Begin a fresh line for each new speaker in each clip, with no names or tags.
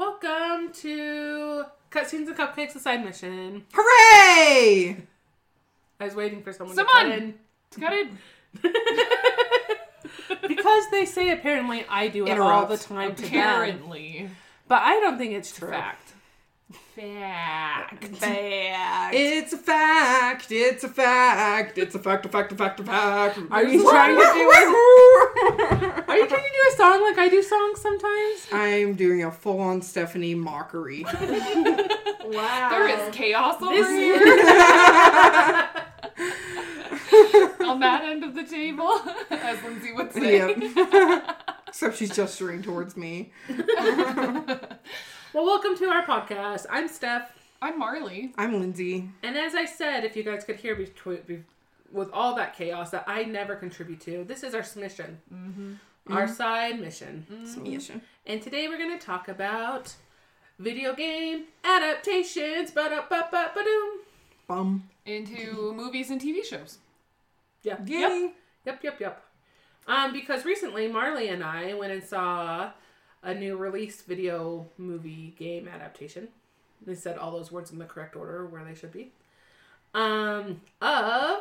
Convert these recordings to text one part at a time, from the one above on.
Welcome to Cutscenes and Cupcakes, the side mission.
Hooray!
I was waiting for someone
Someone!
to
It's got it.
cut in. because they say apparently I do it all
Interrupt.
the time to them.
Apparently.
But I don't think it's true. Fact.
Fact.
Fact. It's a fact. It's a fact. It's a fact. A fact. A fact. A fact.
Are you trying to do
it?
Are you trying to do a song like I do songs sometimes?
I'm doing a full-on Stephanie mockery.
Wow.
There is chaos over
Oh. This
here on that end of the table, as Lindsay would say.
Yep. Except she's gesturing towards me.
Well, welcome to our podcast. I'm Steph.
I'm Marley.
I'm Lindsay.
And as I said, if you guys could hear between be, with all that chaos that I never contribute to, this is our mission, our side mission.
Mm-hmm. Submission.
And today we're going to talk about video game adaptations. Ba ba ba ba doom.
Bum.
Into movies and TV shows.
Yeah. Yep.
Yay.
Yep. Yep. Yep. Um, because recently Marley and I went and saw a new release video movie game adaptation. They said all those words in the correct order where they should be. Um, of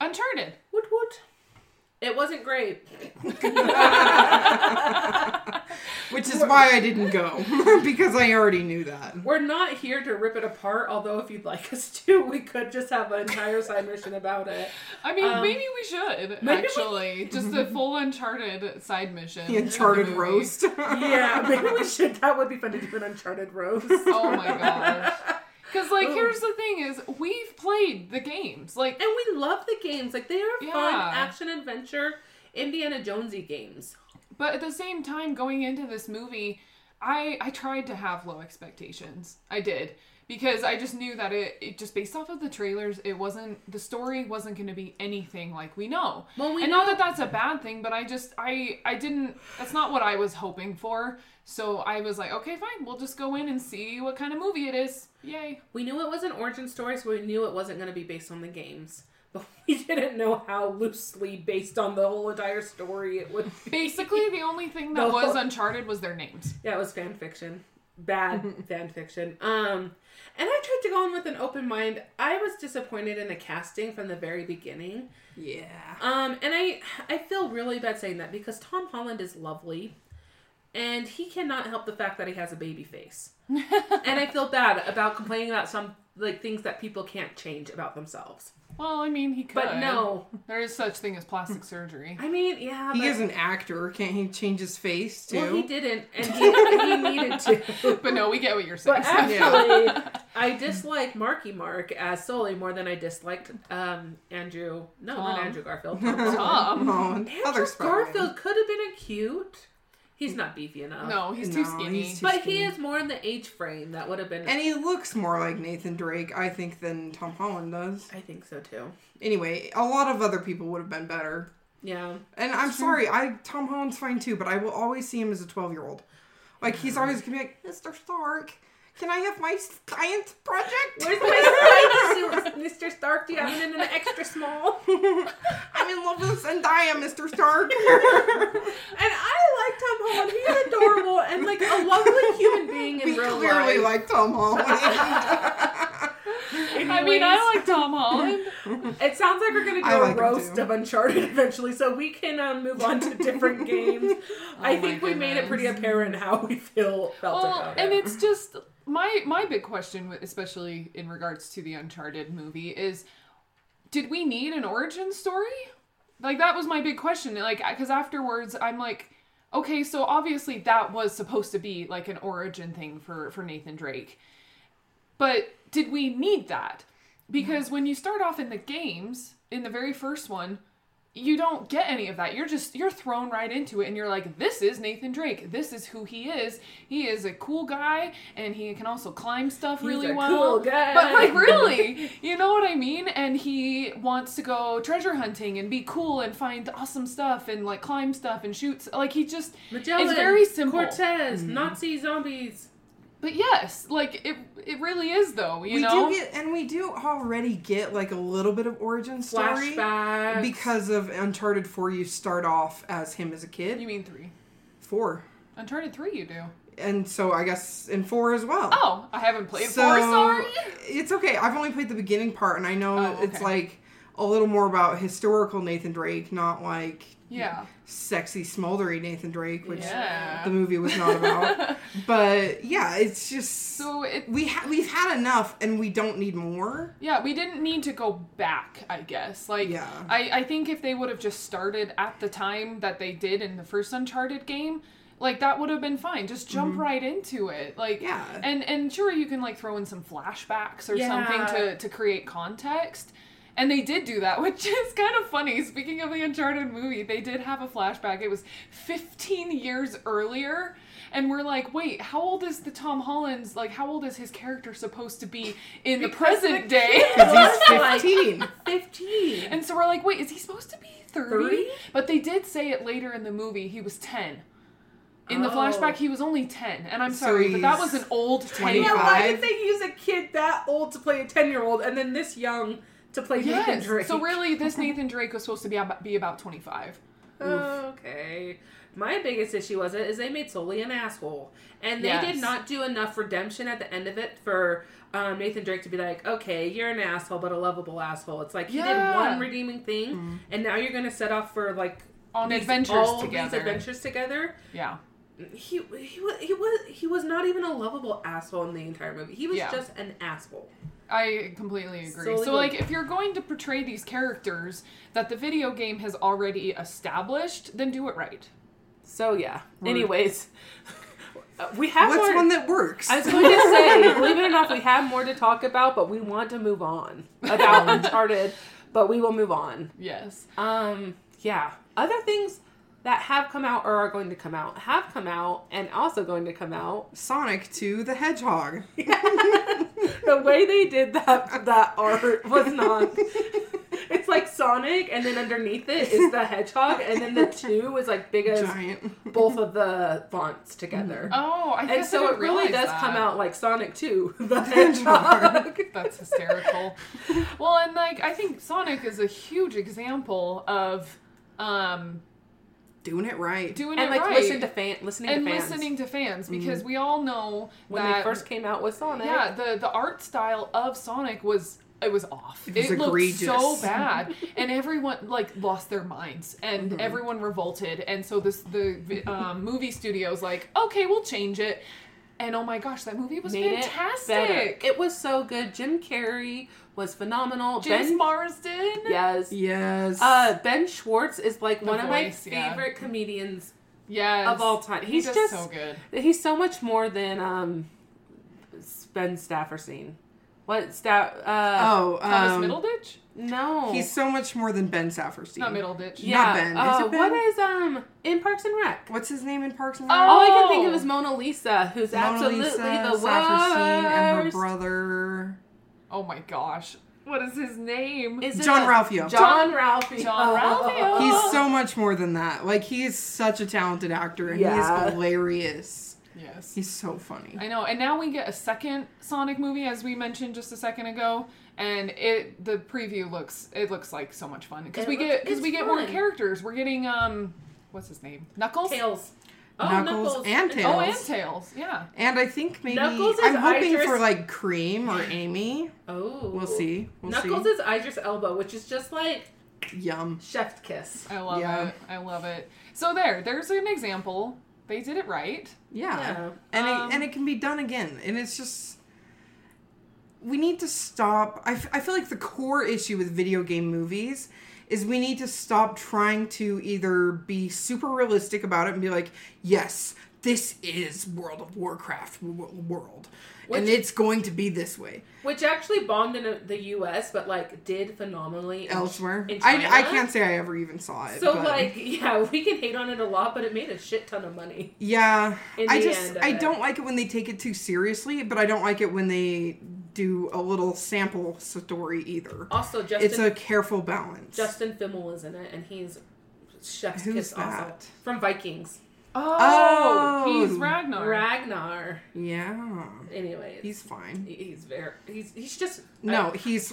Uncharted.
Woot woot. It wasn't great.
Which is why I didn't go because I already knew that.
We're not here to rip it apart, although if you'd like us to, we could just have an entire side mission about it.
I mean,
Um,
maybe we should
maybe we-
actually just a full Uncharted side mission.
The Uncharted
movie.
roast.
Oh, Yeah, maybe we should. That would be fun to do an Uncharted Rose.
Oh my gosh. Because
Oh.
like, here's the thing: is we've played the games. Like,
And we love the games. Like, they are fun
Yeah.
action adventure Indiana Jonesy games.
But at the same time, going into this movie, I I tried to have low expectations. I did because I just knew that it, it just based off of the trailers, it wasn't the story wasn't going to be anything like we know.
Well, we
and not that that's a bad thing, but I just I I didn't. That's not what I was hoping for. So I was like, okay, fine, we'll just go in and see what kind of movie it is. Yay!
We knew it was an origin story, so we knew it wasn't going to be based on the games. But we didn't know how loosely based on the whole entire story it would be.
Basically, the only thing that
No.
was uncharted was their names.
Yeah, it was fan fiction. Bad fan fiction. Um, and I tried to go in with an open mind. I was disappointed in the casting from the very beginning.
yeah.
Um, and I I feel really bad saying that because Tom Holland is lovely, and he cannot help the fact that he has a baby face. and I feel bad about complaining about some like things that people can't change about themselves.
Well, I mean, he could.
But no,
there is such thing as plastic surgery.
I mean, yeah,
He
but,
is an actor. Can't he change his face too?
well, he didn't, and he, he needed to.
But no, we get what you're saying.
But actually, I dislike Marky Mark as Sully more than I disliked um, Andrew. No, not
Tom.
Andrew Garfield.
Tom.
Oh,
Um, Andrew
other Spider-Man.
Garfield could have been a cute. He's not beefy enough.
No, he's too
No,
skinny.
he's too-
But he
skinny.
is more in the age frame that would have been.
And he looks more like Nathan Drake, I think, than Tom Holland does.
I think so too.
Anyway, a lot of other people would have been better.
Yeah.
And I'm sorry, I Tom Holland's fine too, but I will always see him as a 12 year old. Like he's always gonna be like, Mr. Stark, can I have my science project?
Where's my spider suit, Mr. Stark? Do you have it in an extra small? And
I'm in love with Zendaya, Mr. Stark.
I like Tom Holland. He's adorable and like a lovely human being in
we
real
clearly
life.
like Tom Holland.
I mean, I like Tom Holland.
It sounds like we're gonna do
I
a
like him
roast
too.
of Uncharted eventually, so we can um, move on to different games. I
Oh
my
think we made it
goodness.
pretty apparent how we feel felt
well,
about
and
it.
it's just my my big question, with- especially in regards to the Uncharted movie, is did we need an origin story? Like that was my big question. Like because afterwards, I'm like. Okay, so obviously that was supposed to be like an origin thing for for Nathan Drake. But did we need that? Because when you start off in the games, in the very first one, you don't get any of that. You're just you're thrown right into it and you're like, this is Nathan Drake. This is who he is. He is a cool guy and he can also climb stuff really
a
well.
cool guy.
But like really, you know what I mean? And he wants to go treasure hunting and be cool and find awesome stuff and like climb stuff and shoot like he just
Magellan,
it's very simple.
Cortez,
Mm-hmm.
Nazi zombies.
But yes, like it it really is though, you
we
know?
do get and we do already get like a little bit of origin story.
Flashbacks.
Because of Uncharted 4, you start off as him as a kid.
you mean three.
Four.
Uncharted 3 you do.
and so I guess in four as well.
Oh, I haven't played four. Sorry.
It's okay. I've only played the beginning part, and I know
Oh,
it's
okay.
like a little more about historical Nathan Drake, not like
Yeah.
sexy, smoldery Nathan Drake, which
Yeah.
the movie was not about. but yeah, it's just
So it.
we ha- we've had enough, and we don't need more.
Yeah, we didn't need to go back. I guess. Like.
Yeah.
I I think if they would have just started at the time that they did in the first Uncharted game. Like that would have been fine. Just jump right into it. Like
Yeah.
and and sure you can like throw in some flashbacks or
Yeah.
something to to create context. And they did do that, which is kind of funny. Speaking of the Uncharted movie, they did have a flashback. It was 15 years earlier. And we're like, wait, how old is the Tom Holland's, like, how old is his character supposed to be in the
Because the
present
kid
day?
was
He's
like
fifteen.
15.
And so we're like, wait, is he supposed to be 30?
30?
But they did say it later in the movie, he was 10. In the
Oh.
flashback, he was only 10. And I'm
So
sorry, but that
he's
was an old 10
You know, why did
25?
they use a kid that old to play a 10 year old and then this young to play Nathan Drake?
So really, this Nathan Drake was supposed to be about, be about 25.
Okay. My biggest issue was it is they made Sully an asshole, and they
Yes.
did not do enough redemption at the end of it for um, Nathan Drake to be like, okay, you're an asshole, but a lovable asshole. It's like he
Yeah. Mm-hmm.
did one redeeming thing, and now you're gonna set off for like
On
these-
adventures
all
together.
These adventures together.
Yeah.
He he was he was he was not even a lovable asshole in the entire movie. He was
Yeah.
just an asshole.
I completely agree.
Solely
so
like-
like if you're going to portray these characters that the video game has already established, then do it right.
So yeah. Anyways, we have
What's one that works?
I was going to say, believe it or not, we have more to talk about, but we want to move on about Uncharted, but we will move on.
Yes.
Um, yeah. Other things that have come out or are going to come out have come out and also going to come out.
Sonic to the Hedgehog.
The way they did that that art was not it's like Sonic and then underneath it is the hedgehog and then the two is like big as
Giant.
both of the fonts together.
Oh, I
And
guess I
so
didn't
it really
realize
does come
that.
out like Sonic 2, the
Hedgehog.
hedgehog.
That's hysterical. well, and like I think Sonic is a huge example of um
Doing it right.
doing
and
it
like
right
listen to fan listening
and
to fans
listening to fans because we all know
when
that
they first came out with Sonic.
Yeah, the the art style of Sonic was it was off. It,
was
looked
egregious.
so bad, and everyone like lost their minds, and
Mm-hmm.
everyone revolted. And so this the um, movie studio's like, okay, we'll change it. And oh my gosh, that movie was
made it better.
fantastic.
It was so good. Jim Carrey was phenomenal.
James
ben
Marsden.
yes.
Yes.
Uh, Ben Schwartz is like one of my
voice, yeah.
favorite comedians.
Yes.
Of all time.
He
He's
does
just-
so good.
He's so much more than um, Ben Stafferstein. What Staff? Uh,
oh,
Thomas
um,
Middleditch?
no,
he's so much more than Ben Saferstein.
Not Middleditch.
yeah.
Ben. Is
uh,
it Ben?
What is um in Parks and Rec?
What's his name in Parks and Rec?
Oh,
All I can think of is Mona Lisa, who's
Mona
absolutely
Lisa,
the worst.
Saperstein, and her brother
Oh my gosh. What is his name?
Is it
John
a-
Ralphio.
John Ralphio. Oh,
John Ralphio.
He's so much more than that. Like he is such a talented actor, and he
Yeah.
is hilarious.
yes.
He's so funny.
I know, and now we get a second Sonic movie, as we mentioned just a second ago, and it the preview looks it looks like so much fun because
It
we get
looks-
because
it's
we get more
fun.
characters. We're getting um, what's his name? Knuckles.
Tails. Oh,
Knuckles and Tails.
Oh, and Tails. Yeah.
And I think maybe
Knuckles is
I'm hoping
Idris-
for like Cream or Amy.
Oh.
We'll see. We'll
Knuckles
see.
is Idris Elba, which is just like
Yum.
chef kiss.
I love
Yeah.
it. I love it. So there, there's an example. They did it right.
Yeah.
Yeah.
And
Um,
it, and it can be done again. And it's just we need to stop I, f- I feel like the core issue with video game movies is we need to stop trying to either be super realistic about it and be like, "Yes, this is World of Warcraft w- world." and
Which-
it's going to be this way
Which actually bombed in uh, the US, but like did phenomenally. in-
elsewhere.
in China.
I, I can't say I ever even saw it.
So,
but-
like, yeah, we can hate on it a lot, but it made a shit ton of money.
Yeah,
in
I
the
just
end uh, of
I
it.
don't like it when they take it too seriously, but I don't like it when they do a little sample story either.
Also, Justin,
It's a careful balance.
Justin Fimmel is in it, and he's chef's
Who's
kiss also.
that?
From Vikings.
Oh,
Oh.
he's Ragnar.
Ragnar.
Yeah.
Anyways,
He's fine.
he- he's very he's he's just
No, he's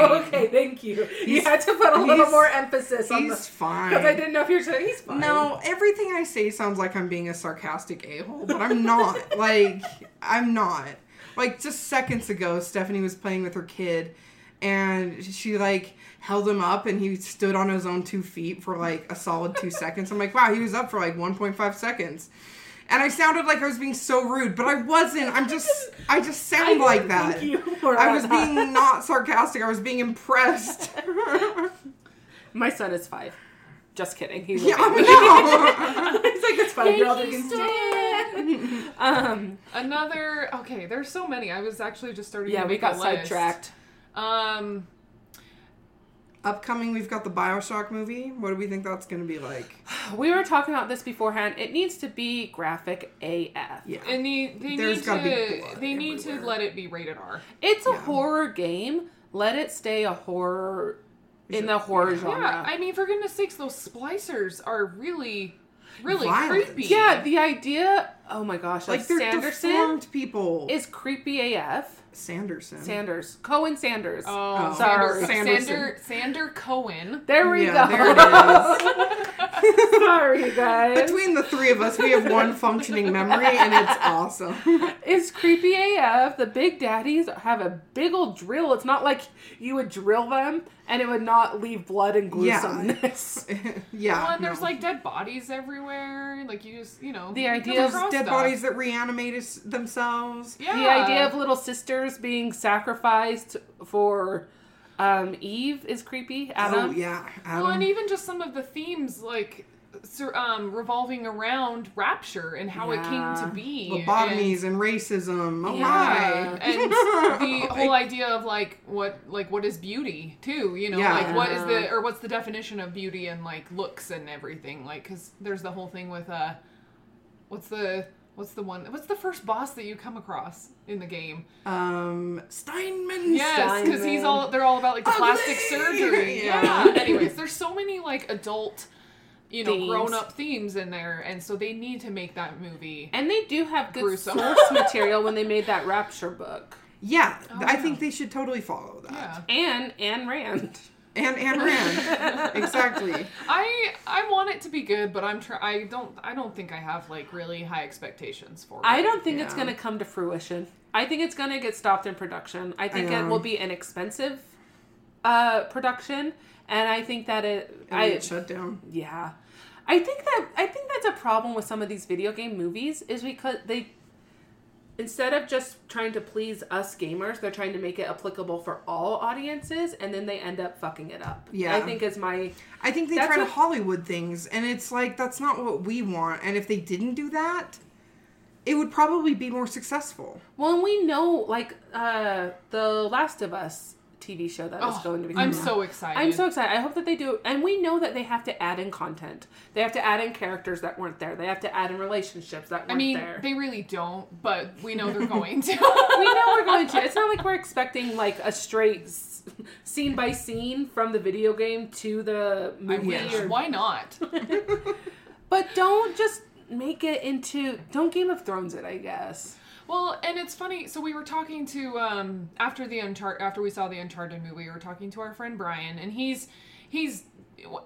Oh, okay, thank you. you
He's-
had to put a little
he's-
more emphasis on
He's
this
fine.
because I didn't know if you're saying he's fine.
No, everything I say sounds like I'm being a sarcastic a hole, but I'm not. like, I'm not. Like, just seconds ago, Stephanie was playing with her kid, and she, like, held him up, and he stood on his own two feet for, like, a solid two seconds. I'm like, wow, he was up for, like, 1.5 seconds. And I sounded like I was being so rude, but I wasn't. I'm just, I just
I
sound
didn't
like that.
Thank you for
I was
that.
being not sarcastic. I was being impressed.
My son is five. Just kidding. He's
yeah,
okay.
I know.
it's like this five
Thank
year old
you,
can
Stan.
stand. um,
Another. Okay, there's so many. I was actually just starting.
yeah,
to
we
make
got
a list.
sidetracked.
Um,
Upcoming, we've got the Bioshock movie. What do we think that's going to be like?
We were talking about this beforehand. It needs to be graphic AF.
Yeah.
and they they
There's
need
gotta be
to
blood
they need to
everywhere.
let it be rated R.
It's a
Yeah.
horror game. Let it stay a horror in the horror genre.
Yeah, I mean, for goodness sakes, those splicers are really, really
Violent.
creepy.
yeah, the idea. Oh my gosh, like,
like they're
Sanderson
deformed people.
is creepy AF.
Sanderson.
Sanders, Cohen Sanders.
Oh,
Oh.
Sorry.
Sander, Sander,
Sanderson.
Sander Cohen.
there we
yeah,
go.
there it is.
Sorry, guys.
Between the three of us, we have one functioning memory, and it's awesome.
It's creepy AF. The big daddies have a big old drill. It's not like you would drill them and it would not leave blood and
Yeah.
gruesomeness.
yeah.
Well, and there's
no.
like dead bodies everywhere. Like you just, you know,
The
you come
idea of
across
dead
stuff.
bodies that reanimate us- themselves.
Yeah.
The idea of little sisters being sacrificed for um, Eve is creepy. Adam.
Oh yeah, Adam.
Well, and even just some of the themes, like sur- um, revolving around rapture and how it
Yeah.
came to be.
lobotomies and racism. Oh
Yeah. Uh,
my.
Yeah, and the whole idea of like what like what is beauty too, you know,
Yeah.
like what is
Yeah.
the or what's the definition of beauty and like looks and everything, like because there's the whole thing with uh, what's the what's the one what's the first boss that you come across in the game?
um, Steinman.
Yes, because he's all they're all about
Oh,
like the plastic
Ugly!
surgery.
Yeah.
Yeah. Anyways, there's so many like adult, you know,
Themes.
grown up themes in there, and so they need to make that movie.
And they do have good
Gruesome.
source material when they made that Rapture book.
Yeah, I
Oh, yeah.
think they should totally follow that.
Yeah.
And Anne Rand.
And Anne Rand. exactly.
I I want it to be good, but I'm try- I don't I don't think I have like really high expectations for it.
I don't think it's
Yeah.
going to come to fruition. I think it's going to get stopped in production. I think it
know.
will be an expensive uh, production, and I think that it.
And
I
it shut down.
yeah, I think that I think that's a problem with some of these video game movies is because they instead of just trying to please us gamers, they're trying to make it applicable for all audiences, and then they end up fucking it up.
Yeah.
I think is my
I think they
That's
try to
what-
Hollywood things, and it's like that's not what we want. And if they didn't do that, it would probably be more successful.
well, and we know like uh, the Last of Us TV show that is
Oh,
going to be.
I'm
coming out.
so excited.
I'm so excited. I hope that they do. And we know that they have to add in content. They have to add in characters that weren't there. They have to add in relationships that weren't
I mean,
there.
they really don't, but we know they're going to.
we know we're going to. It's not like we're expecting like a straight s- scene by scene from the video game to the
I
movie.
wish.
or-
Why not?
But don't just make it into don't Game of Thrones it. I guess.
Well, and it's funny. So we were talking to um after the Unchart after we saw the Uncharted movie, we were talking to our friend Brian, and he's he's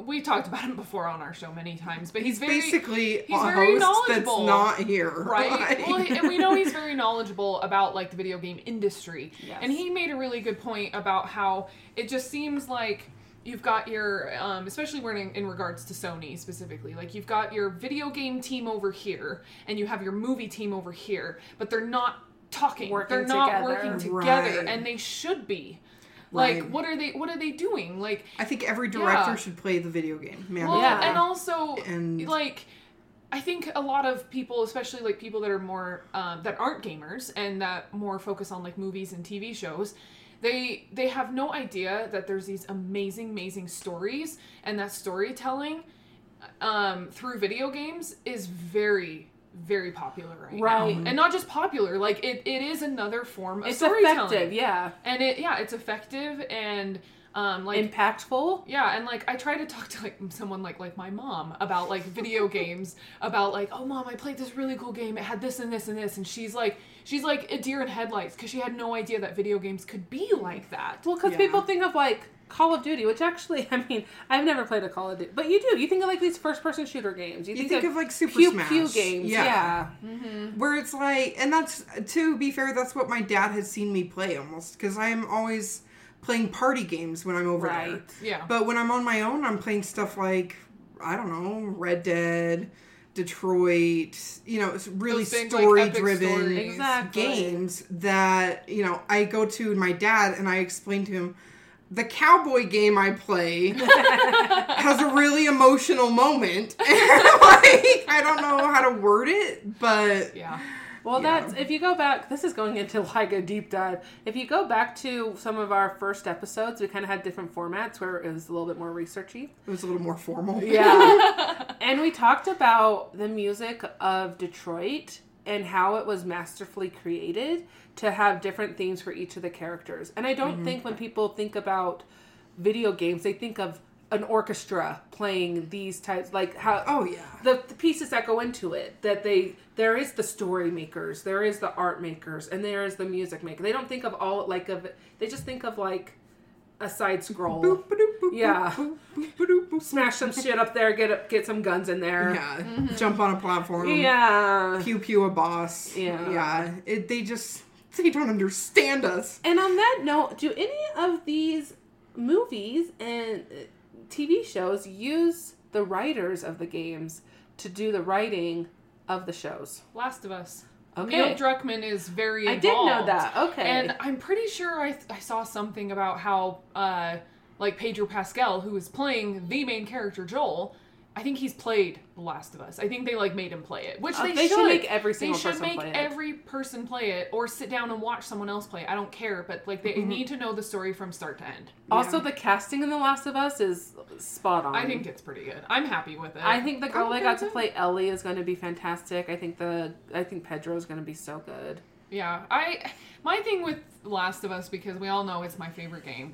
we talked about him before on our show many times, but he's very
Basically,
he's
a
very
host that's
knowledgeable.
not here.
right?
Like-
well, he- and we know he's very knowledgeable about like the video game industry,
Yes.
and he made a really good point about how it just seems like you've got your, um, especially when in, in regards to Sony specifically, like you've got your video game team over here and you have your movie team over here, but they're not talking,
Working
they're not
together.
working together,
Right.
and they should be. Like,
Right.
what are they? What are they doing? Like,
I think every director
Yeah.
should play the video game. Man,
well,
Yeah.
and also
And-
like I think a lot of people, especially like people that are more um, that aren't gamers and that more focus on like movies and TV shows, they they have no idea that there's these amazing, amazing stories and that storytelling um, through video games is very very popular right,
Right.
now and not just popular like it, it is another form of
It's
storytelling
effective. Yeah.
and it yeah it's effective and Um, like
impactful.
yeah, and like I try to talk to like someone like like my mom about like video games, about like oh mom, I played this really cool game. It had this and this and this, and she's like she's like a deer in headlights because she had no idea that video games could be like that.
Well, because
Yeah.
people think of like Call of Duty, which actually, I mean, I've never played a Call of Duty, but you do. You think of like these first-person shooter games.
You think of like Super
pew
Smash
pew games. Yeah.
where it's like, and that's to be fair, that's what my dad has seen me play almost because I am always playing party games when I'm over
Right.
there.
Yeah.
But when I'm on my own, I'm playing stuff like I don't know, Red Dead, Detroit. You know, it's really
Those big, like,
story
epic
driven
stories.
Exactly.
games that you know I go to my dad and I explain to him. The cowboy game I play has a really emotional moment. like, I don't know how to word it, but
Yeah.
Well,
Yeah.
that's if you go back. This is going into like a deep dive. If you go back to some of our first episodes, we kind of had different formats where it was a little bit more researchy.
it was a little more formal.
Yeah. and we talked about the music of Detroit and how it was masterfully created to have different themes for each of the characters. And I don't think when people think about video games, they think of an orchestra playing these types like how
Oh yeah.
the, the pieces that go into it that they there is the story makers there is the art makers and there is the music maker they don't think of all like of they just think of like a side scroll Yeah. smash some shit up there get up, get some guns in there
Yeah.
Mm-hmm.
Jump on a platform.
yeah.
Pew pew a boss.
Yeah.
Yeah. It, they just they don't understand us.
And on that note, do any of these movies and uh, TV shows use the writers of the games to do the writing of the shows?
Last of Us.
Okay.
Neil Druckmann is very.
I did know
involved.
that. Okay.
And I'm pretty sure I, I saw something about how, uh, like, Pedro Pascal, who is playing the main character, Joel, I think he's played The Last of Us. I think they, like, made him play it, which
Uh,
they,
they should
should.
make every single
They should
person
make
play it.
every person play it or sit down and watch someone else play it. I don't care, but, like,
Mm-hmm.
they need to know the story from start to end.
Also, the casting in The Last of Us is spot on.
I think Oh, it's pretty good. I'm happy with it.
I think the girl that
Okay,
got to
good.
play Ellie is going to be fantastic. I think the I think Pedro is going to be so good.
Yeah. I. My thing with Last of Us, because we all know it's my favorite game,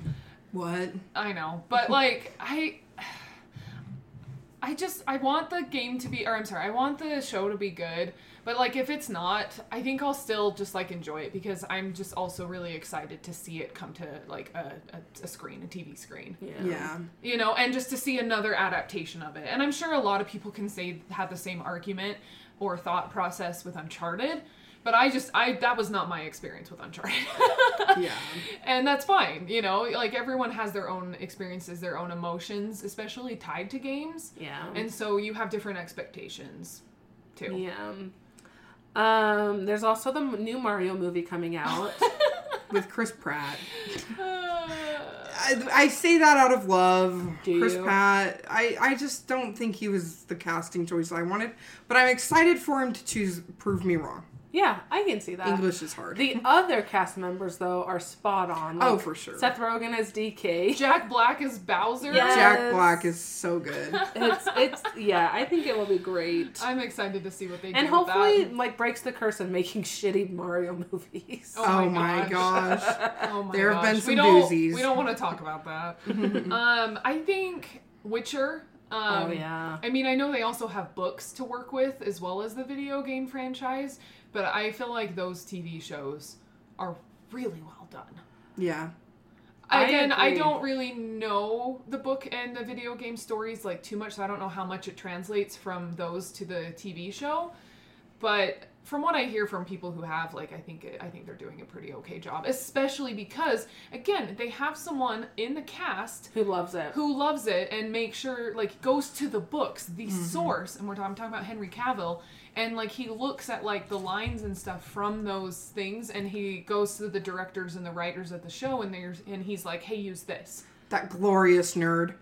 What?
I know, but like I, I just I want the game to be, or I'm sorry, I want the show to be good. But like if it's not, I think I'll still just like enjoy it because I'm just also really excited to see it come to like a, a, a screen, a TV screen,
Yeah.
Yeah.
you know, and just to see another adaptation of it. And I'm sure a lot of people can say have the same argument or thought process with Uncharted. But I just I that was not my experience with Uncharted.
Yeah.
and that's fine you know like everyone has their own experiences their own emotions especially tied to games
Yeah.
and so you have different expectations too
yeah. Um, there's also the m- new Mario movie coming out.
With Chris Pratt.
Uh,
I, I say that out of love.
Do
Chris
you?
Pratt. I, I just don't think he was the casting choice I wanted, but I'm excited for him to choose Prove Me Wrong.
yeah, I can see that.
English is hard.
Uh, The other cast members though are spot on.
Oh, for sure.
Seth Rogen as DK.
jack black is bowser
Yeah.
Jack
Yes.
Black is so good. Oh
It's it's yeah. I think it will be great.
i'm excited to see what they
and
do with that.
hopefully, like breaks the curse of making shitty Mario movies.
Oh
oh
my
my
gosh.
gosh.
oh my
there have
gosh.
been
we
some
don't,
doozies.
we don't want to talk about that um i think witcher um
oh yeah.
I mean, I know they also have books to work with as well as the video game franchise, but I feel like those TV shows are really well done.
Yeah.
I
Again, I,
agree.
don't really know the book and the video game stories like too much, so I don't know how much it translates from those to the TV show. But from what I hear from people who have, like, I think I think they're doing a pretty okay job, especially because again, they have someone in the cast
Who loves it?
who loves it and make sure like goes to the books the
Mm-hmm.
source and we're talking, I'm talking about henry cavill and like he looks at like the lines and stuff from those things and he goes to the directors and the writers of the show and there's and he's like hey use this Ah!
That glorious nerd.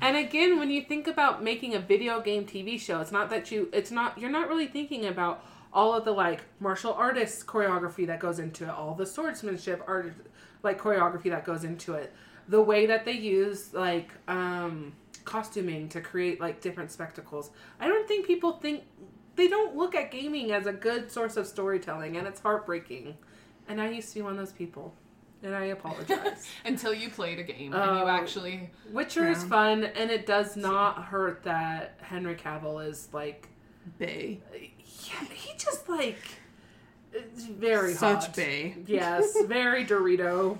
And again, when you think about making a video game TV show, it's not that you, it's not, you're not really thinking about all of the like martial artists choreography that goes into it, all the swordsmanship art, like choreography that goes into it, the way that they use like um, costuming to create like different spectacles. I don't think people think, they don't look at gaming as a good source of storytelling, and it's heartbreaking. And I used to be one of those people. and I apologize.
until you played a game and
Oh.
you actually
Witcher is
Yeah.
fun, and it does not hurt that Henry Cavill is like,
Bay.
yeah, he just like it's very
Such
hot.
bay.
Yes, very Dorito.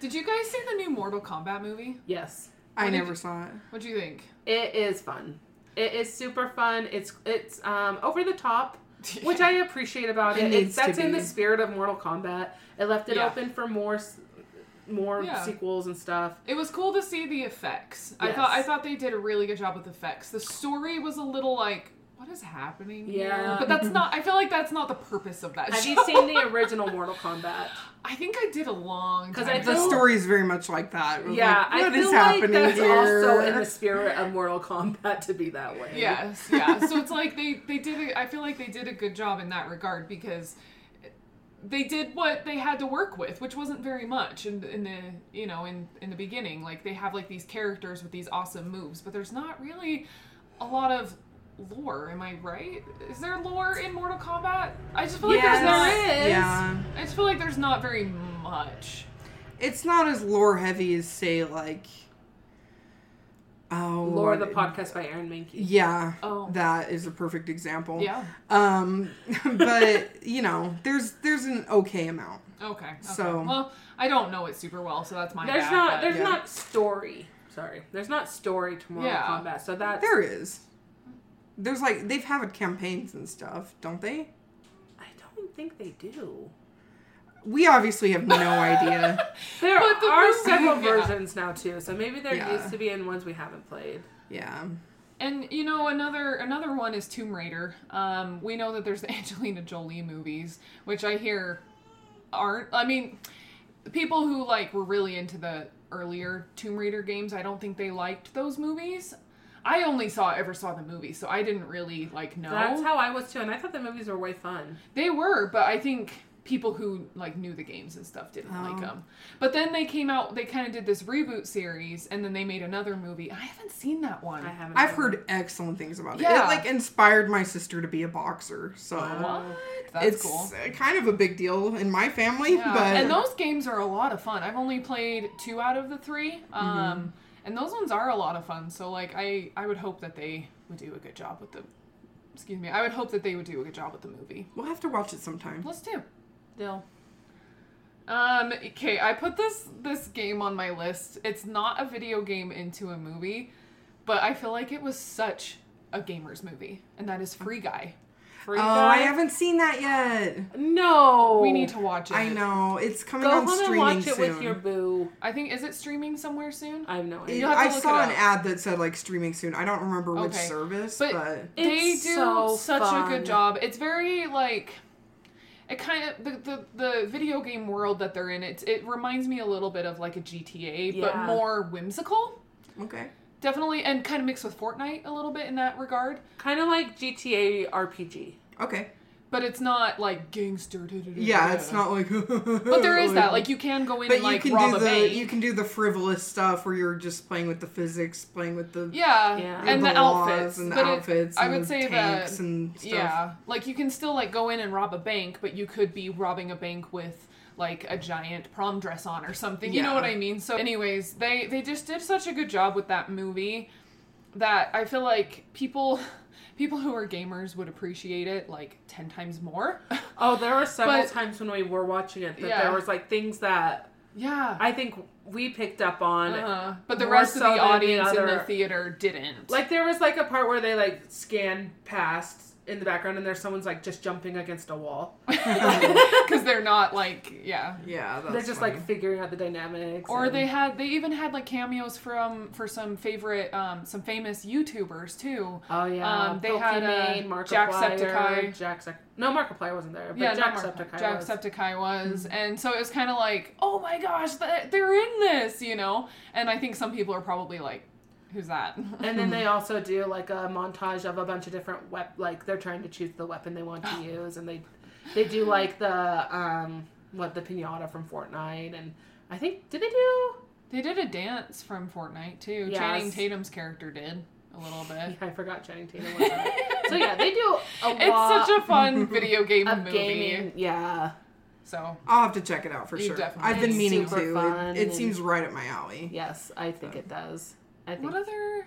did. You guys see the new Mortal Kombat movie?
Yes,
I
What did
never
you-
saw it.
What do you think?
it is fun. It is super fun. It's it's um over the top. which I appreciate about
It
it. It-
needs to
that's in
be.
the spirit of Mortal Kombat. It left it
Yeah.
open for more, s- more
Yeah.
sequels and stuff.
It was cool to see the effects. I
Yes.
thought I thought they did a really good job with effects. The story was a little like, what is happening? here?
Yeah.
but that's not. I feel like that's not the purpose of that.
Have you
show.
seen the original Mortal Kombat?
I think I did a long
'Cause
because
I
The
feel-
story is very much like that. It was
yeah,
like,
I
what is
feel like
happening
that's
here?
also in the spirit of Mortal Kombat to be that way.
Yes, yeah. So it's like they they did. A, I feel like they did a good job in that regard because they did what they had to work with, which wasn't very much in, in the you know in in the beginning. Like they have like these characters with these awesome moves, but there's not really a lot of lore. Am I right? Is there lore in Mortal Kombat? I just feel like
Yes.
there's
There is.
Yeah.
not. I just feel like there's not very much.
It's not as lore heavy as say like Oh
Lore the
what-
podcast by Aaron Mankey.
Yeah.
Oh.
That is a perfect example.
Yeah.
Um but you know, there's there's an okay amount.
Okay. okay.
So-
well, I don't know it super well, so that's my
There's
bad,
not
but-
there's
Yeah.
not story. Sorry, there's not story to Mortal
Yeah.
Kombat. So that's
There is. There's like they've had campaigns and stuff, don't they?
I don't think they do.
We obviously have no idea.
There
But the
are
movie-
several
yeah.
versions now too. So maybe there
Yeah.
used to be in ones we haven't played.
Yeah.
And you know another another one is Tomb Raider. Um, we know that there's the Angelina Jolie movies, which I hear aren't. I mean, people who like were really into the earlier Tomb Raider games, I don't think they liked those movies. I only saw ever saw the movie, so I didn't really like know
That's how I was too, and I thought the movies were way fun.
they were, but I think people who like knew the games and stuff didn't like 'em. like
Oh.
them. But then they came out. They kind of did this reboot series, and then they made another movie. I haven't seen that one.
I haven't.
I've heard excellent things about it.
Yeah.
It like inspired my sister to be a boxer. So
Wow.
What? That's
it's
cool.
uh, kind of a big deal in my family,
Yeah,
but
and those games are a lot of fun. I've only played two out of the three,
Mm-hmm.
um, and those ones are a lot of fun. So like I, I would hope that they would do a good job with the. Excuse me. I would hope that they would do a good job with the movie.
we'll have to watch it sometime.
Let's do. Dill. Um. Okay. I put this this game on my list. It's not a video game into a movie, but I feel like it was such a gamer's movie, and that is Free Guy.
Free
Oh,
Guy?
I haven't seen that yet.
No,
We need to watch it.
I know it's coming
go
on
home and
streaming
watch it
soon.
with your boo.
I think is it streaming somewhere soon?
I have no
It-
idea.
You'll have to
I
look
saw
it
an
up.
ad that said like streaming soon. I don't remember which
Okay.
service,
But-
but,
they
It's
do
so
such a
fun.
good job. It's very like it kind of the, the the video game world that they're in. It it reminds me a little bit of like a GTA, but
Yeah.
more whimsical,
okay.
definitely, and kind of mixed with Fortnite a little bit in that regard.
Kind of like GTA RPG.
Okay.
But it's not like gangster. da-da-da-da-da.
Yeah, it's not like
But there is that. Like you can go in
but
and like
you can
rob
do
a
the
bank.
you can do the frivolous stuff where you're just playing with the physics, playing with the
yeah.
Yeah.
and the,
laws
outfits.
and the
but it-
outfits
I
and
would
the
say
tanks
that
and stuff.
Yeah, like you can still like go in and rob a bank, but you could be robbing a bank with like a giant prom dress on or something. You know
Yeah.
what I mean? So, anyways, they they just did such a good job with that movie that I feel like people people who are gamers would appreciate it like ten times more.
Oh, there were several
But-
times when we were watching it that
Yeah.
there was like things that
yeah.
I think we picked up on.
uh But the
more
rest
so
of
than
the
the
audience in the
other-
theater didn't.
Like there was like a part where they like scan past in the background and there's someone's like just jumping against a wall.
because they're not like yeah.
Yeah, that's
They're just
funny.
like figuring out the dynamics.
Or
and-
they had they even had like cameos from for some favorite um some famous YouTubers too.
Oh yeah,
Um, they had,
Pokimane,
uh,
Markiplier,
Jacksepticeye.
Jacksepticeye. No, Markiplier wasn't there, but
yeah, not Mark-
Jacksepticeye. was. Mm-hmm.
Jacksepticeye was, and so it was kind of like, oh my gosh, th- they're in this, you know. And I think some people are probably like, who's that?
And then they also do like a montage of a bunch of different wep like they're trying to choose the weapon they want to use and they they do like the um what the pinata from Fortnite and I think did they do
they did a dance from Fortnite too.
Yes.
Channing Tatum's character did a little
yeah,
bit.
I forgot Channing Tatum was in it. So yeah, they do a
It's
lot
such a fun video game
of
movie.
gaming. Yeah.
So
I'll have to check it out for
You
sure.
definitely-
I've been
It's
meaning
super
to.
fun
It, it
and-
seems right up my alley.
Yes, I think it does. I think
what other?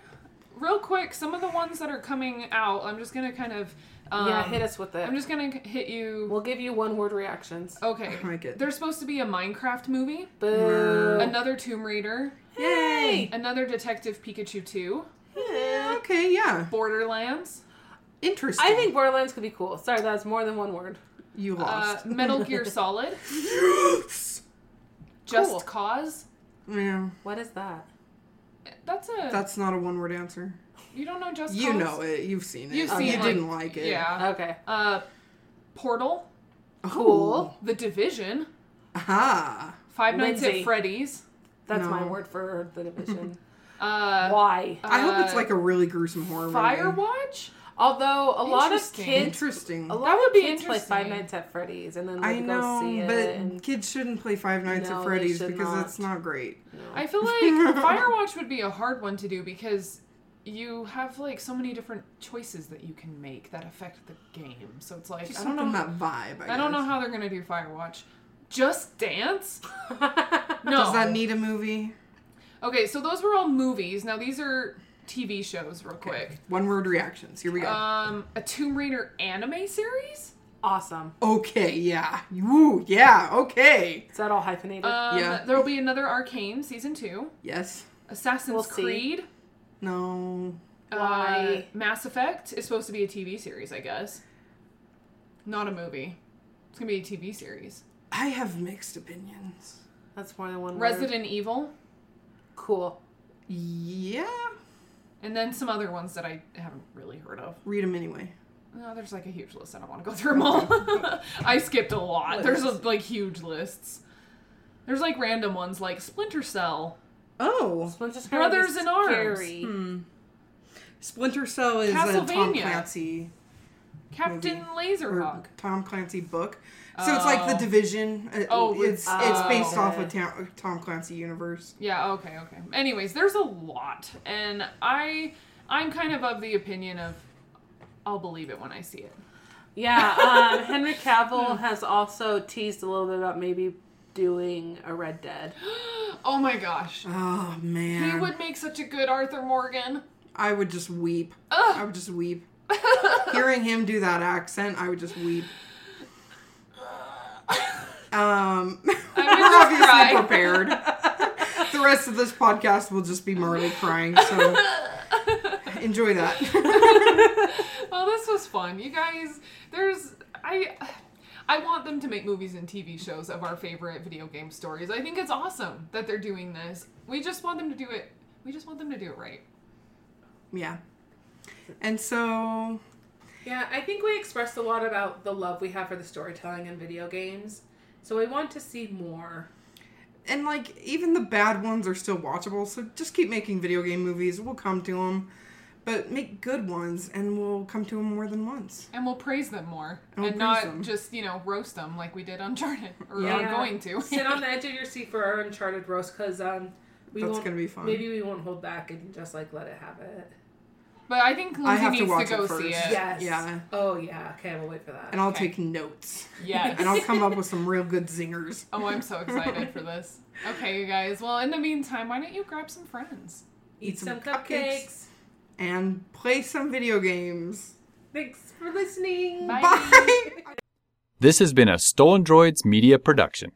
Real quick, some of the ones that are coming out. I'm just gonna kind of. Um,
yeah, hit us with it.
I'm just gonna hit you.
we'll give you one word reactions.
Okay.
I like it.
There's supposed to be a Minecraft movie,
Oh.
Boo.
another Tomb Raider,
Yay!
another Detective Pikachu 2,
Yeah, okay, yeah.
Borderlands,
Interesting.
I think Borderlands could be cool. Sorry, that's more than one word.
you
uh,
lost.
Metal Gear Solid,
Yes!
Just
Cool.
Cause.
Yeah,
What is that?
That's a
that's not a one-word answer.
you don't know Just
You
Cause.
know it. You've seen it. Oh,
You've seen
you
it.
didn't like it.
Yeah.
Okay.
Uh, Portal,
Cool.
The Division,
Oh. Aha.
Five Nights
Lindsay.
at Freddy's.
That's
No.
my word for the division.
Uh,
Why?
I hope it's
uh,
like a really gruesome horror movie.
Firewatch.
Although a lot of
Interesting.
kids,
Interesting.
a lot
That would
of
be
kids play Five
interesting.
Nights at Freddy's, and then they
I
go see
know,
it.
but
and-
kids shouldn't play Five Nights
No,
at
they
Freddy's
should
because
not.
that's not great.
I feel like Firewatch would be a hard one to do because you have like so many different choices that you can make that affect the game. So it's like
Just
I don't know.
something that vibe. I,
I don't know
guess.
how they're gonna do Firewatch. Just Dance? No.
Does that need a movie?
okay, so those were all movies. Now these are TV shows, real
One word reactions. Here we go.
quick. Um, a Tomb Raider anime series.
awesome.
okay, yeah. Woo, yeah, okay.
Is that all hyphenated?
Um,
Yeah.
There will be another Arcane season two.
Yes.
Assassin's
We'll see.
Creed.
No.
Why?
Uh, Mass Effect is supposed to be a TV series, I guess. Not a movie. It's gonna be a TV series.
I have mixed opinions.
That's more than one word.
Resident Evil,
Cool.
Yeah.
and then some other ones that I haven't really heard of.
Read them anyway.
No, there's like a huge list. I don't want to go through them all. I skipped a lot. There's a, like huge lists. There's like random ones like Splinter Cell.
Oh.
Splinter Cell
Brothers
is
in Arms.
scary.
Splinter Cell is a Tom
Castlevania.
Clancy
Captain Laserhawk.
or Tom Clancy book. So it's like The
Oh.
Division. Uh,
Oh, with-
it's it's based
Oh.
off a Tom, Tom Clancy universe.
Yeah, okay, okay. Anyways, there's a lot. And I I'm kind of of the opinion of I'll believe it when I see it.
Yeah, um, Henry Cavill has also teased a little bit about maybe doing a Red Dead.
Oh my gosh.
Oh man.
He would make such a good Arthur Morgan.
I would just weep. I would just weep. Hearing him do that accent, I would just weep. Um,
I
we're
would
obviously
just cry.
prepared. the rest of this podcast will just be Marley crying, so enjoy that.
Well, this was fun. You guys, there's I I want them to make movies and TV shows of our favorite video game stories. I think it's awesome that they're doing this. We just want them to do it. We just want them to do it right.
yeah. And so,
Yeah, I think we expressed a lot about the love we have for the storytelling in video games. So we want to see more.
and like, even the bad ones are still watchable, so just keep making video game movies. We'll come to them, but make good ones, and we'll come to them more than once.
And we'll praise them more
And we'll
and
praise
not
them.
just, you know, roast them like we did Uncharted or
Yeah.
are going to.
Sit on the edge of your seat for our Uncharted roast because um, we
That's
won't.
gonna be fun.
Maybe we won't hold back and just like let it have it.
but I think Lindsay
I have to
needs to,
watch it
go
first.
see it.
Yes.
Yeah.
Oh yeah. Okay, we'll wait for that.
and I'll
Okay.
take notes.
Yes.
and I'll come up with some real good zingers.
Oh, I'm so excited for this. Okay, you guys. Well, in the meantime, why don't you grab some friends?
Eat some cupcakes.
and play some video games.
Thanks for listening.
Bye.
Bye.
This has been a Stolen Droids Media production.